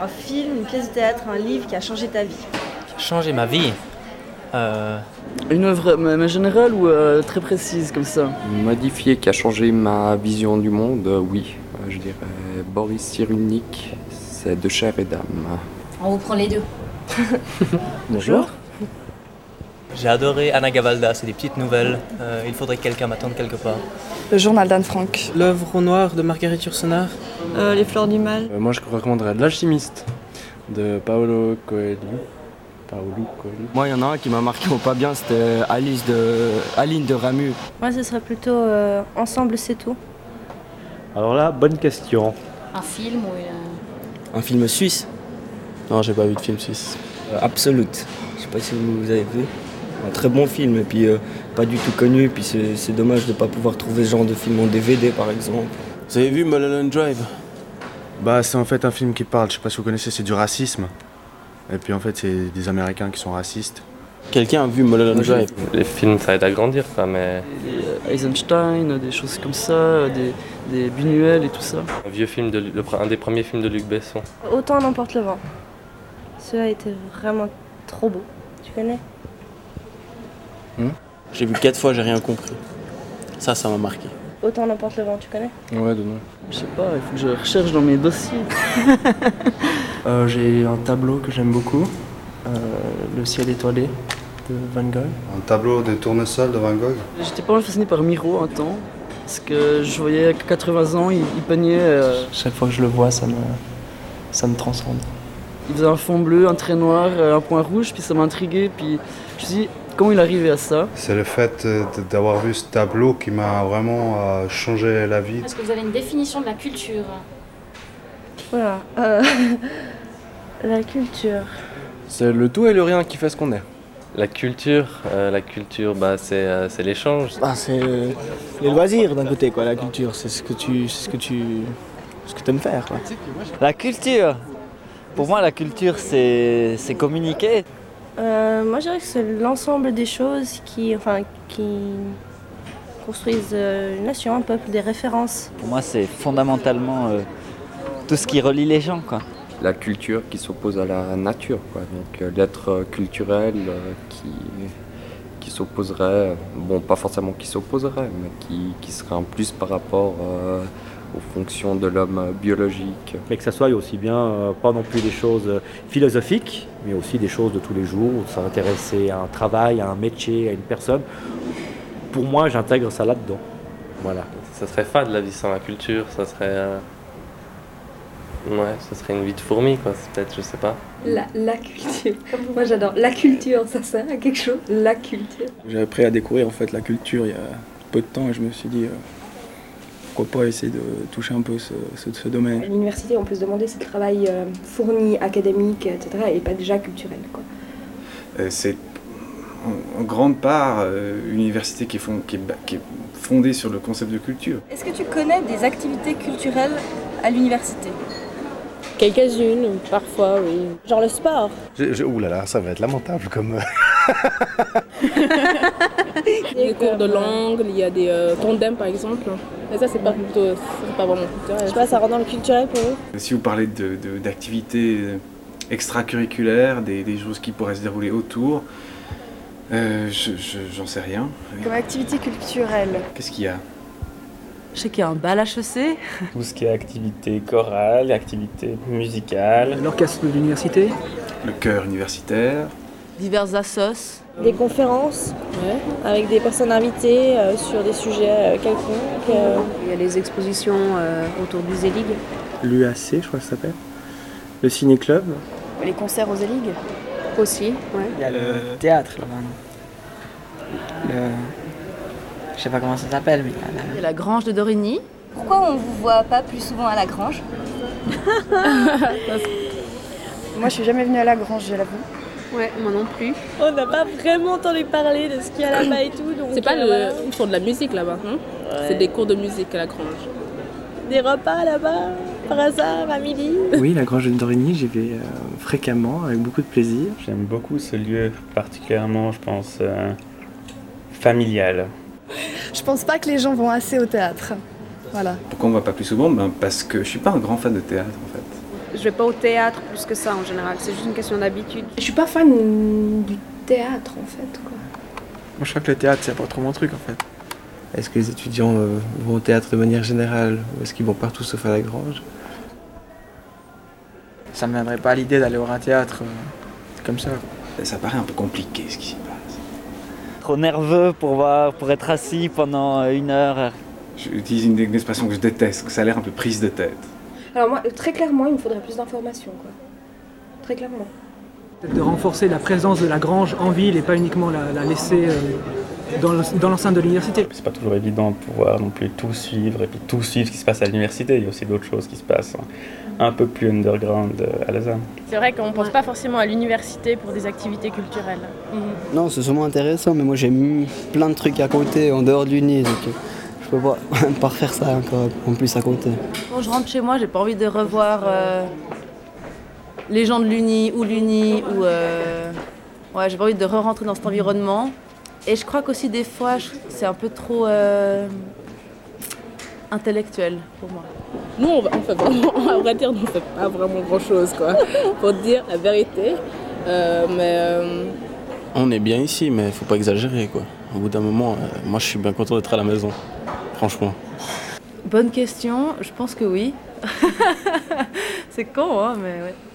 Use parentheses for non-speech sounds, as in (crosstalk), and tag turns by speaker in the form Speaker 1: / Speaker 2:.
Speaker 1: un film, une pièce de théâtre, un livre qui a changé ta vie
Speaker 2: Changer ma vie Euh,
Speaker 3: Une œuvre mais mais générale ou euh, très précise comme ça
Speaker 4: Modifié qui a changé ma vision du monde, euh, oui. Euh, Je dirais Boris Cyrulnik, c'est de chair et d'âme.
Speaker 5: On vous prend les
Speaker 6: (laughs)
Speaker 5: deux.
Speaker 3: Bonjour.
Speaker 2: J'ai adoré Anna Gavalda, c'est des petites nouvelles. Euh, il faudrait que quelqu'un m'attende quelque part.
Speaker 7: Le journal d'Anne Frank.
Speaker 8: L'œuvre au noir de Marguerite Yourcenar.
Speaker 9: Les fleurs du mal.
Speaker 6: Euh, moi, je recommanderais L'Alchimiste de Paolo Coelho. Paolo Coelho.
Speaker 10: Moi, il y en a un qui m'a marqué au pas bien, c'était Alice de Aline de Ramu.
Speaker 9: Moi, ce serait plutôt euh, Ensemble, c'est tout.
Speaker 11: Alors là, bonne question.
Speaker 5: Un film ou une-
Speaker 10: Un film suisse
Speaker 6: Non, j'ai pas vu de film suisse.
Speaker 10: Euh, Absolute. Je sais pas si vous avez vu. Un très bon film, et puis euh, pas du tout connu, puis c'est c'est dommage de pas pouvoir trouver ce genre de film en DVD par exemple.
Speaker 6: Vous avez vu Mulholland Drive
Speaker 12: Bah, c'est en fait un film qui parle, je sais pas si vous connaissez, c'est du racisme. Et puis en fait, c'est des Américains qui sont racistes.
Speaker 6: Quelqu'un a vu Mulholland
Speaker 3: Moi, j'ai-
Speaker 6: Drive
Speaker 13: Les films, ça aide à grandir, quoi, mais
Speaker 3: Des, euh, Eisenstein, euh, des choses comme ça, euh, des, des Buñuel et tout ça.
Speaker 13: un vieux film, de, Lu- le pre- un des premiers films de Luc Besson.
Speaker 9: Autant n'emporte le vent. Cela était vraiment trop beau. Tu connais
Speaker 6: J'ai vu quatre fois, j'ai rien compris. Ça, ça m'a marqué.
Speaker 9: Autant n'emporte le vent, tu connais
Speaker 6: Ouais, de nom.
Speaker 3: Je sais pas, il faut que je recherche dans mes dossiers.
Speaker 10: Euh, j'ai un tableau que j'aime beaucoup, euh, Le ciel étoilé de Van Gogh.
Speaker 12: Un tableau de tournesol de Van Gogh
Speaker 3: J'étais pas mal fasciné par Miro un temps. Parce que je voyais qu'à 80 ans, il, il peignait. euh,
Speaker 10: Chaque fois que je le vois, ça me, ça me transcende.
Speaker 3: il faisait un fond bleu, un trait noir, euh, un point rouge, puis ça m'a intrigué. Puis je me suis dit, comment il arrivait à ça
Speaker 12: C'est le fait euh, de- d'avoir vu ce tableau qui m'a vraiment euh, changé la vie.
Speaker 5: Est-ce que vous avez une définition de la culture
Speaker 9: Voilà. euh, (laughs) la culture.
Speaker 6: C'est le tout et le rien qui fait ce qu'on est.
Speaker 13: La culture, euh, la culture, bah, c'est euh, c'est l'échange.
Speaker 10: Bah, c'est euh, les loisirs d'un côté, quoi, la culture, c'est ce que tu, c'est ce que tu, ce que aimes faire. Quoi.
Speaker 14: La culture Pour moi, la culture, c'est c'est communiquer.
Speaker 9: Euh, moi, je dirais que c'est l'ensemble des choses qui, enfin, qui construisent euh, une nation, un peuple, des références.
Speaker 14: Pour moi, c'est fondamentalement euh, tout ce qui relie les gens. Quoi.
Speaker 4: La culture qui s'oppose à la nature, quoi. Donc euh, l'être euh, culturel euh, qui, qui s'opposerait, euh, bon, pas forcément qui s'opposerait, mais qui, qui serait un plus par rapport euh, aux fonctions de l'homme euh, biologique.
Speaker 11: Mais que ça soit aussi bien, euh, pas non plus des choses euh, philosophiques, mais aussi des choses de tous les jours, s'intéresser à un travail, à un métier, à une personne. Pour moi, j'intègre ça là-dedans. Voilà.
Speaker 13: Ça serait fade la vie sans la culture, ça serait. euh, Ouais, ça serait une vie de fourmi, quoi, c'est peut-être, je sais pas.
Speaker 15: La, la culture. Moi j'adore la culture, ça sert à quelque chose. La culture.
Speaker 16: J'avais appris à découvrir en fait la culture il y a peu de temps et je me suis dit euh, pourquoi pas essayer de toucher un peu ce, ce- ce
Speaker 15: À
Speaker 16: domaine.
Speaker 15: l'université, on peut se demander si le travail euh, fourni, académique, etc., n'est pas déjà culturel. Quoi.
Speaker 17: Euh, c'est en, en grande part euh, une université qui est, fon- qui est ba- qui est fondée sur le concept de culture.
Speaker 18: Est-ce que tu connais des activités culturelles à l'université
Speaker 19: Quelques-unes, parfois, oui. Genre le sport.
Speaker 20: Je- je- ouh là là, ça va être lamentable comme. euh,
Speaker 19: Il y a des cours de langue, il y a des euh, tandems par exemple. Mais ça, c'est pas plutôt, c'est pas vraiment culturel. Je sais pas, ça rentre dans le culturel pour eux.
Speaker 17: Si vous parlez de- de- d'activités euh, extracurriculaires, des, des choses qui pourraient se dérouler autour, euh, je- je- j'en sais rien.
Speaker 1: Comme activité culturelle.
Speaker 17: Qu'est-ce qu'il y a
Speaker 1: Je sais qu'il y a un bal HEC.
Speaker 7: Tout ce qui est activité chorale, activité musicale. L'orchestre de l'université.
Speaker 17: Le cœur universitaire.
Speaker 1: Divers assos.
Speaker 8: Des conférences avec des personnes invitées euh, sur des sujets euh, quelconques. Il y a les expositions autour du Zélig.
Speaker 7: L'UAC, je crois que ça s'appelle. Le ciné-club.
Speaker 1: Les concerts aux Ligues. Aussi, ouais.
Speaker 6: Il y a
Speaker 17: Euh,
Speaker 6: le théâtre là maintenant. Le... Je sais pas comment ça s'appelle, mais il y a la-
Speaker 1: Il y a la grange de Dorigny.
Speaker 18: Pourquoi on vous voit pas plus souvent à la grange
Speaker 1: Moi, je suis jamais venue à la grange, je l'avoue.
Speaker 8: Ouais, moi non plus. On n'a pas vraiment entendu parler de ce qu'il y a là-bas et tout.
Speaker 19: C'est pas
Speaker 8: euh, voilà.
Speaker 19: le. Ils font de la musique là-bas. hein C'est des cours de musique à la grange.
Speaker 8: Des repas là-bas, par hasard, à midi.
Speaker 7: Oui, la Grange de Dorigny, j'y vais euh, fréquemment, avec beaucoup de plaisir. J'aime beaucoup ce lieu, particulièrement, je pense, euh, familial.
Speaker 1: Je pense pas que les gens vont assez au théâtre. Voilà.
Speaker 17: Pourquoi on ne va pas plus souvent Ben, Parce que je ne suis pas un grand fan de théâtre en fait.
Speaker 21: Je vais pas au théâtre plus que ça en général, c'est juste une question d'habitude.
Speaker 15: Je suis pas fan du théâtre en fait. Quoi.
Speaker 14: Moi, je crois que le théâtre, c'est pas trop mon truc en fait. Est-ce que les étudiants euh, vont au théâtre de manière générale ou est-ce qu'ils vont partout sauf à la grange Ça me viendrait pas à l'idée d'aller voir un théâtre euh, comme ça. Ça paraît un peu compliqué ce qui s'y passe.
Speaker 22: Trop nerveux pour, voir, pour être assis pendant euh, une heure.
Speaker 17: J'utilise une, une expression que je déteste, que ça a l'air un peu prise de tête.
Speaker 15: Alors moi, euh, très clairement, il me faudrait plus d'informations. quoi. Très clairement.
Speaker 23: de renforcer la présence de la grange en ville et pas uniquement la, la laisser euh, dans le- dans l'enceinte de l'université.
Speaker 4: C'est pas toujours évident de pouvoir non plus tout suivre et puis tout suivre ce qui se passe à l'université. Il y a aussi d'autres choses qui se passent hein, un peu plus underground euh, à Lausanne.
Speaker 24: C'est vrai qu'on pense pas forcément à l'université pour des activités culturelles.
Speaker 25: Non, c'est sûrement intéressant, mais moi j'ai mis plein de trucs à compter en dehors de l'Uni, donc euh, je peux pas, (laughs) pas refaire ça encore en plus à compter.
Speaker 3: Quand je rentre chez moi, j'ai pas envie de revoir euh, les gens de l'Uni ou l'Uni ou euh, ouais, j'ai pas envie de re-rentrer dans cet environnement. Et je crois qu'aussi des fois, je- c'est un peu trop euh, intellectuel pour moi.
Speaker 24: Nous, on, on fait vraiment, (laughs) à vrai dire, on fait pas vraiment grand chose, quoi, pour dire la vérité. Euh, mais euh,
Speaker 26: On est bien ici, mais faut pas exagérer quoi. Au bout d'un moment, euh, moi je suis bien content d'être à la maison, franchement.
Speaker 3: (laughs) Bonne question, je pense que oui. c'est con, hein, mais ouais.